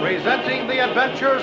Presenting the adventures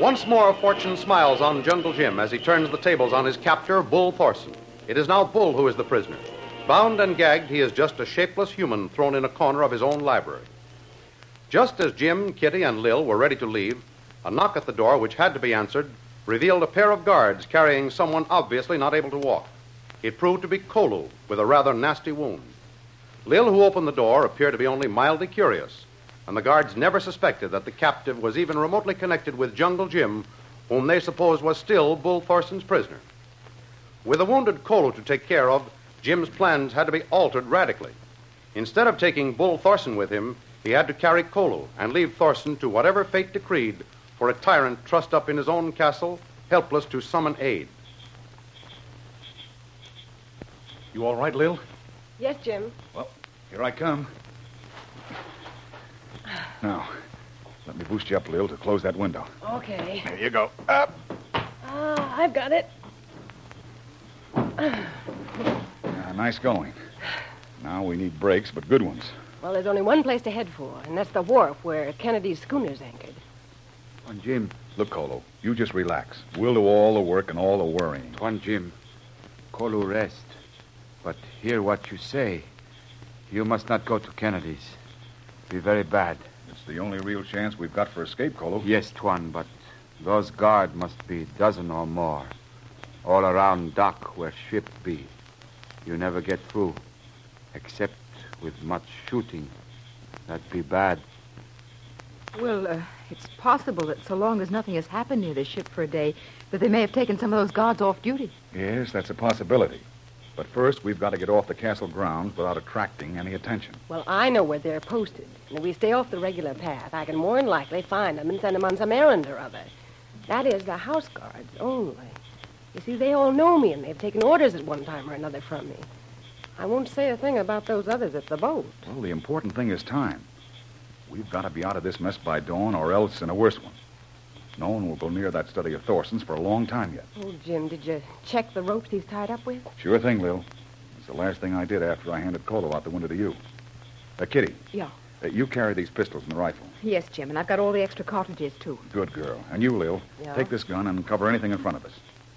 Once more, fortune smiles on Jungle Jim as he turns the tables on his captor, Bull Thorson. It is now Bull who is the prisoner. Bound and gagged, he is just a shapeless human thrown in a corner of his own library. Just as Jim, Kitty, and Lil were ready to leave, a knock at the door, which had to be answered, revealed a pair of guards carrying someone obviously not able to walk. It proved to be Kolu, with a rather nasty wound. Lil, who opened the door, appeared to be only mildly curious, and the guards never suspected that the captive was even remotely connected with Jungle Jim, whom they supposed was still Bull Thorson's prisoner. With a wounded Kolo to take care of, Jim's plans had to be altered radically. Instead of taking Bull Thorson with him, he had to carry Kolo and leave Thorson to whatever fate decreed for a tyrant trussed up in his own castle, helpless to summon aid. You all right, Lil? Yes, Jim. Well, here I come. Now, let me boost you up, Lil, to close that window. Okay. There you go. Up. Ah, I've got it. Now, Ah, nice going. Now we need breaks, but good ones. Well, there's only one place to head for, and that's the wharf where Kennedy's schooner's anchored. One Jim. Look, Colo, you just relax. We'll do all the work and all the worrying. One Jim. Kolu rest. But hear what you say. You must not go to Kennedy's. Be very bad. It's the only real chance we've got for escape, Colo. Yes, Tuan, but those guard must be dozen or more. All around dock where ship be. You never get through. Except with much shooting. That be bad. Well, uh, it's possible that so long as nothing has happened near the ship for a day, that they may have taken some of those guards off duty. Yes, that's a possibility. But first, we've got to get off the castle grounds without attracting any attention. Well, I know where they're posted. And if we stay off the regular path, I can more than likely find them and send them on some errand or other. That is, the house guards only. You see, they all know me, and they've taken orders at one time or another from me. I won't say a thing about those others at the boat. Well, the important thing is time. We've got to be out of this mess by dawn, or else in a worse one. No one will go near that study of Thorson's for a long time yet. Oh, Jim, did you check the ropes he's tied up with? Sure thing, Lil. It's the last thing I did after I handed Colo out the window to you. Uh, Kitty, Yeah. uh, you carry these pistols and the rifle. Yes, Jim, and I've got all the extra cartridges, too. Good girl. And you, Lil, Yeah. take this gun and cover anything in front of us.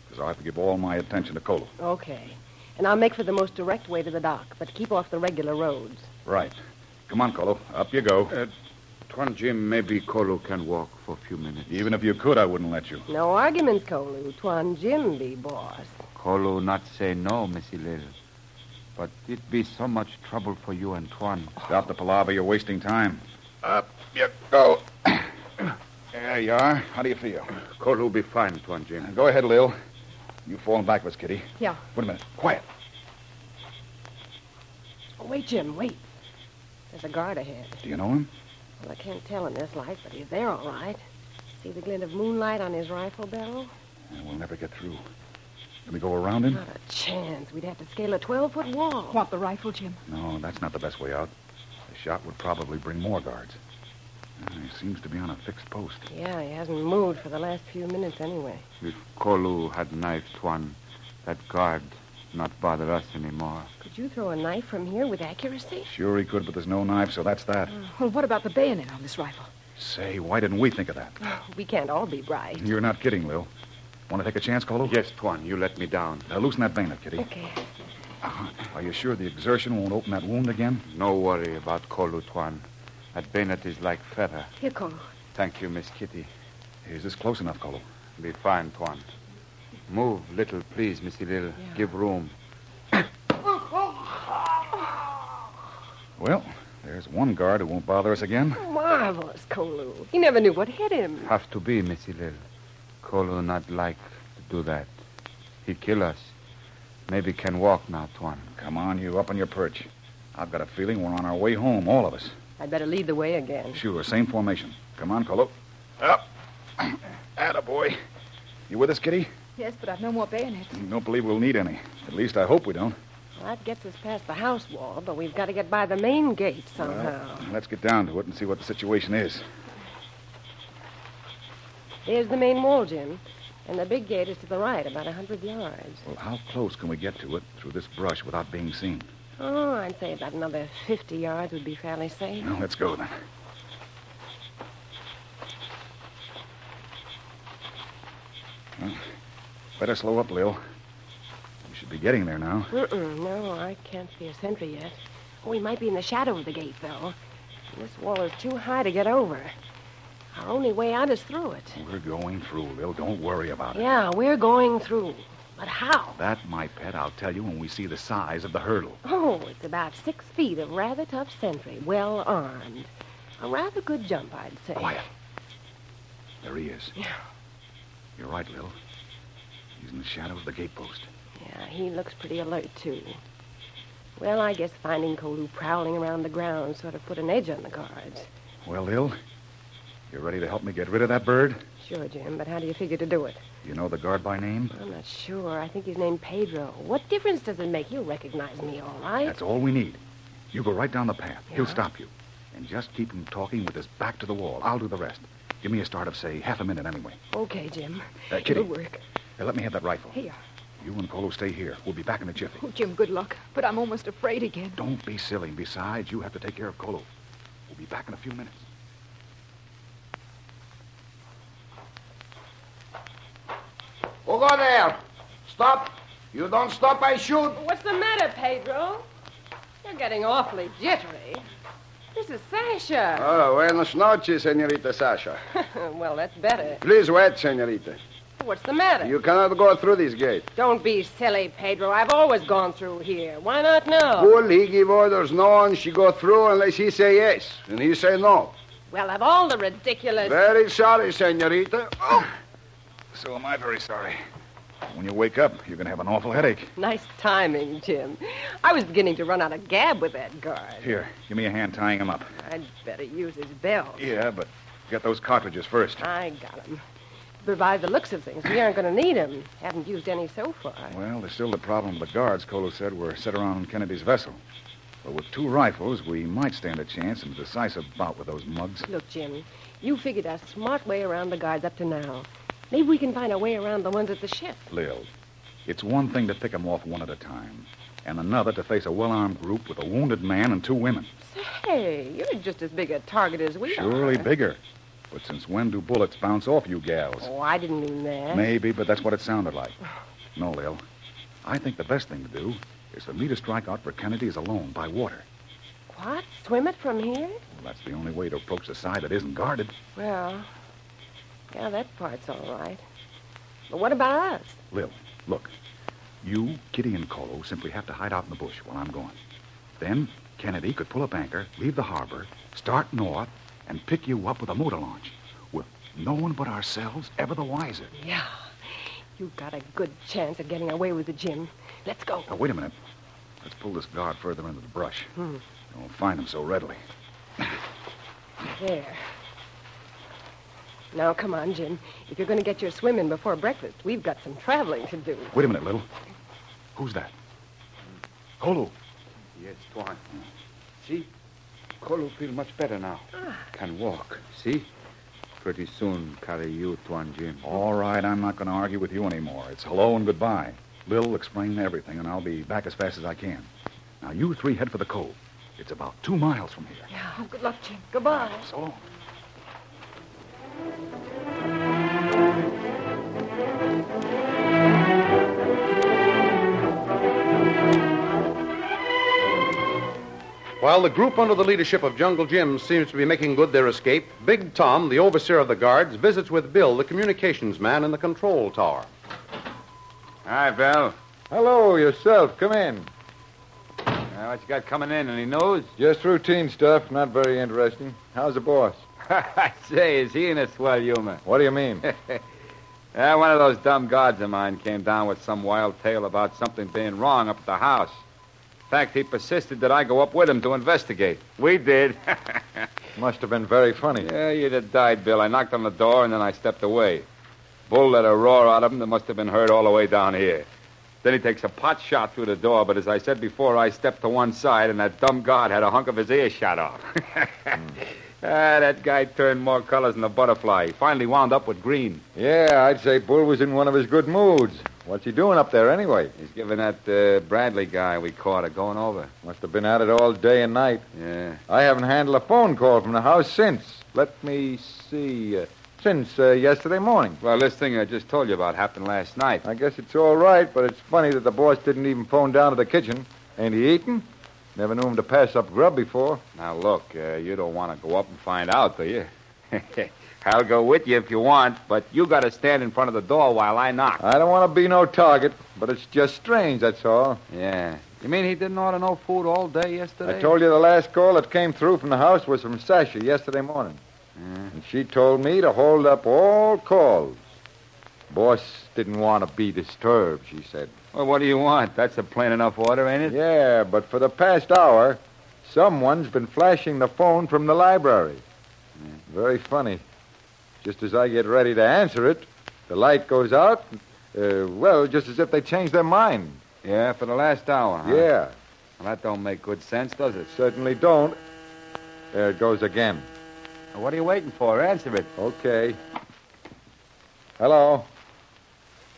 Because I'll have to give all my attention to Colo. Okay. And I'll make for the most direct way to the dock, but keep off the regular roads. Right. Come on, Colo. Up you go. Tuan Jim, Uh, maybe Kolu can walk for a few minutes. Even if you could, I wouldn't let you. No arguments, Kolu. Twan Jim be boss. Kolu not say no, Missy Lil. But it be so much trouble for you and Tuan. Stop the palaver. You're wasting time. Up you go. there you are. How do you feel? Kolu be fine, Tuan Jim. Go ahead, Lil. You falling backwards, Kitty. Yeah. Wait a minute. Quiet. Oh, wait, Jim, wait. There's a guard ahead. Do you know him? Well, I can't tell in this light, but he's there all right. See the glint of moonlight on his rifle barrel? And we'll never get through. Can we go around him? Not a chance. We'd have to scale a 12 foot wall. Want the rifle, Jim? No, that's not the best way out. The shot would probably bring more guards. Uh, He seems to be on a fixed post. Yeah, he hasn't moved for the last few minutes anyway. If Kolu had knifed one, that guard not bother us anymore. Could you throw a knife from here with accuracy? Sure he could, but there's no knife, so that's that. Hmm. Well, what about the bayonet on this rifle? Say, why didn't we think of that? We can't all be bright. You're not kidding, Lil. Want to take a chance, Colo? Yes, Tuan, you let me down. Now loosen that bayonet, Kitty. Okay. Are you sure the exertion won't open that wound again? No worry about Kolu, Tuan. That bayonet is like feather. Here, Cole. Thank you, Miss Kitty. Is this close enough, Colo? Be fine, Tuan. Move little, please, Missy Lil. Give room. Well, there's one guard who won't bother us again. Marvelous, Kolu. He never knew what hit him. Have to be, Missy Lil. Kolu not like to do that. He kill us. Maybe can walk now, Tuan. Come on, you up on your perch. I've got a feeling we're on our way home, all of us. I'd better lead the way again. Sure, same formation. Come on, Colo. Up. Attaboy. You with us, Kitty? Yes, but I've no more bayonets. Don't believe we'll need any. At least I hope we don't. Well, that gets us past the house wall, but we've got to get by the main gate somehow. Let's get down to it and see what the situation is. There's the main wall, Jim. And the big gate is to the right, about a hundred yards. Well, how close can we get to it through this brush without being seen? Oh, I'd say about another fifty yards would be fairly safe. Well, let's go then. Well, better slow up, Lil. We should be getting there now. Mm-mm, no, I can't see a sentry yet. We might be in the shadow of the gate, though. This wall is too high to get over. Our only way out is through it. We're going through, Lil. Don't worry about it. Yeah, we're going through. But how? That, my pet, I'll tell you when we see the size of the hurdle. Oh, it's about six feet of rather tough sentry, well armed. A rather good jump, I'd say. Quiet. There he is. Yeah. You're right, Lil. He's in the shadow of the gatepost. Yeah, he looks pretty alert, too. Well, I guess finding Kolu prowling around the ground sort of put an edge on the guards. Well, Lil, you ready to help me get rid of that bird? Sure, Jim, but how do you figure to do it? You know the guard by name? I'm not sure. I think he's named Pedro. What difference does it make? You'll recognize me, all right. That's all we need. You go right down the path. He'll stop you. And just keep him talking with his back to the wall. I'll do the rest. Give me a start of, say, half a minute anyway. Okay, Jim. Uh, Kitty. It'll work. Now, let me have that rifle. Here. You and Colo stay here. We'll be back in a jiffy. Oh, Jim, good luck. But I'm almost afraid again. Don't be silly. Besides, you have to take care of Colo. We'll be back in a few minutes. Over there. Stop. You don't stop, I shoot. What's the matter, Pedro? You're getting awfully jittery. This is Sasha. Oh, buenas noches, Senorita Sasha. well, that's better. Please wait, Senorita. What's the matter? You cannot go through this gate. Don't be silly, Pedro. I've always gone through here. Why not now? Bull, he give orders. No one she go through unless he say yes. And he say no. Well, of all the ridiculous. Very sorry, Senorita. Oh, So am I very sorry. When you wake up, you're going to have an awful headache. Nice timing, Jim. I was beginning to run out of gab with that guard. Here, give me a hand tying him up. I'd better use his belt. Yeah, but get those cartridges first. I got him. But by the looks of things, we aren't going to need him. Haven't used any so far. Well, there's still the problem. The guards, Colo said, were set around Kennedy's vessel. But with two rifles, we might stand a chance in a decisive bout with those mugs. Look, Jim, you figured a smart way around the guards up to now. Maybe we can find a way around the ones at the ship. Lil, it's one thing to pick 'em off one at a time, and another to face a well armed group with a wounded man and two women. Hey, you're just as big a target as we are. Surely bigger. But since when do bullets bounce off you gals? Oh, I didn't mean that. Maybe, but that's what it sounded like. No, Lil. I think the best thing to do is for me to strike out for Kennedy's alone by water. What? Swim it from here? Well, that's the only way to approach the side that isn't guarded. Well, yeah, that part's all right. But what about us? Lil, look. You, Kitty, and Colo simply have to hide out in the bush while I'm gone. Then Kennedy could pull up anchor, leave the harbor, start north, and pick you up with a motor launch, with no one but ourselves ever the wiser. Yeah, you got a good chance of getting away with it, Jim. Let's go. Now, wait a minute. Let's pull this guard further into the brush. They won't find him so readily. There. Now, come on, Jim. If you're going to get your swim in before breakfast, we've got some traveling to do. Wait a minute, Little. Who's that? Kolu. Yes, Tuan. See? Kolo feel much better now. Can walk. See? Pretty soon carry you, Tuan Jim. All right, I'm not going to argue with you anymore. It's hello and goodbye. Lil explain everything, and I'll be back as fast as I can. Now, you three head for the cove. It's about two miles from here. Oh, good luck, Jim. Goodbye. So long. While the group under the leadership of Jungle Jim seems to be making good their escape, Big Tom, the overseer of the guards, visits with Bill, the communications man in the control tower. Hi, Bill. Hello, yourself. Come in. Uh, what you got coming in? Any news? Just routine stuff. Not very interesting. How's the boss? I say, is he in a swell humor? What do you mean? yeah, one of those dumb guards of mine came down with some wild tale about something being wrong up at the house. In fact, he persisted that I go up with him to investigate. We did. Must have been very funny. Yeah, you'd have died, Bill. I knocked on the door and then I stepped away. Bull let a roar out of him that must have been heard all the way down here. Then he takes a pot shot through the door, but as I said before, I stepped to one side and that dumb guard had a hunk of his ear shot off. Ah, that guy turned more colors than a butterfly. He finally wound up with green. Yeah, I'd say Bull was in one of his good moods. What's he doing up there anyway? He's giving that uh, Bradley guy we caught a going over. Must have been at it all day and night. Yeah. I haven't handled a phone call from the house since. Let me see. Uh, since uh, yesterday morning. Well, this thing I just told you about happened last night. I guess it's all right, but it's funny that the boss didn't even phone down to the kitchen. Ain't he eating? Never knew him to pass up grub before. Now, look, uh, you don't want to go up and find out, do you? I'll go with you if you want, but you got to stand in front of the door while I knock. I don't want to be no target, but it's just strange, that's all. yeah. You mean he didn't order no food all day yesterday? I told you the last call that came through from the house was from Sasha yesterday morning. And she told me to hold up all calls. Boss didn't want to be disturbed, she said. Well, what do you want? That's a plain enough order, ain't it? Yeah, but for the past hour, someone's been flashing the phone from the library. Very funny. Just as I get ready to answer it, the light goes out. Uh, well, just as if they changed their mind. Yeah, for the last hour, huh? Yeah, Well, that don't make good sense, does it? certainly don't. There it goes again. What are you waiting for? Answer it. Okay. Hello.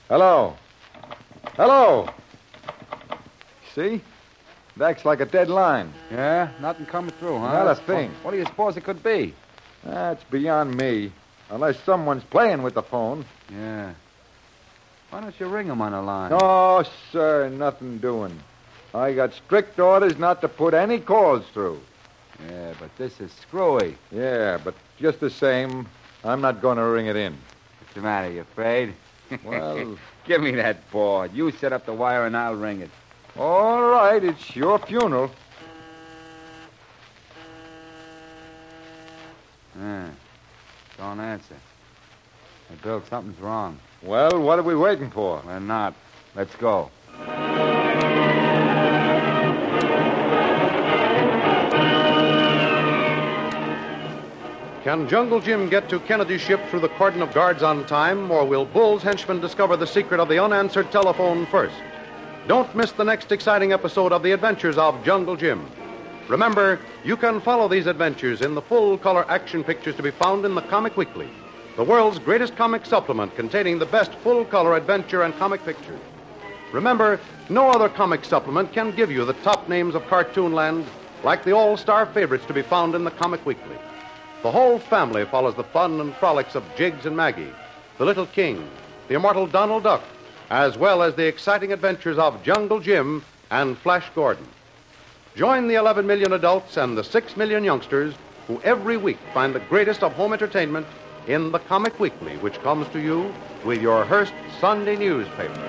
Hello. Hello. See? That's like a dead line. Yeah? Nothing coming through, huh? Not a That's- thing. What do you suppose it could be? That's beyond me. Unless someone's playing with the phone. Yeah. Why don't you ring him on the line? No, sir, nothing doing. I got strict orders not to put any calls through. Yeah, but this is screwy. Yeah, but just the same, I'm not going to ring it in. What's the matter? You afraid? Well, Give me that board. You set up the wire and I'll ring it. all right, it's your funeral. Yeah. Ah, Don't answer. Hey, Bill, something's wrong. Well, what are we waiting for? We're not. Let's go. Can Jungle Jim get to Kennedy's ship through the cordon of guards on time, or will Bull's henchmen discover the secret of the unanswered telephone first? Don't miss the next exciting episode of The Adventures of Jungle Jim. Remember, you can follow these adventures in the full color action pictures to be found in the Comic Weekly, the world's greatest comic supplement containing the best full color adventure and comic pictures. Remember, no other comic supplement can give you the top names of Cartoonland like the all star favorites to be found in the Comic Weekly. The whole family follows the fun and frolics of Jiggs and Maggie, the Little King, the immortal Donald Duck, as well as the exciting adventures of Jungle Jim and Flash Gordon. Join the 11 million adults and the 6 million youngsters who every week find the greatest of home entertainment in the Comic Weekly, which comes to you with your Hearst Sunday newspaper.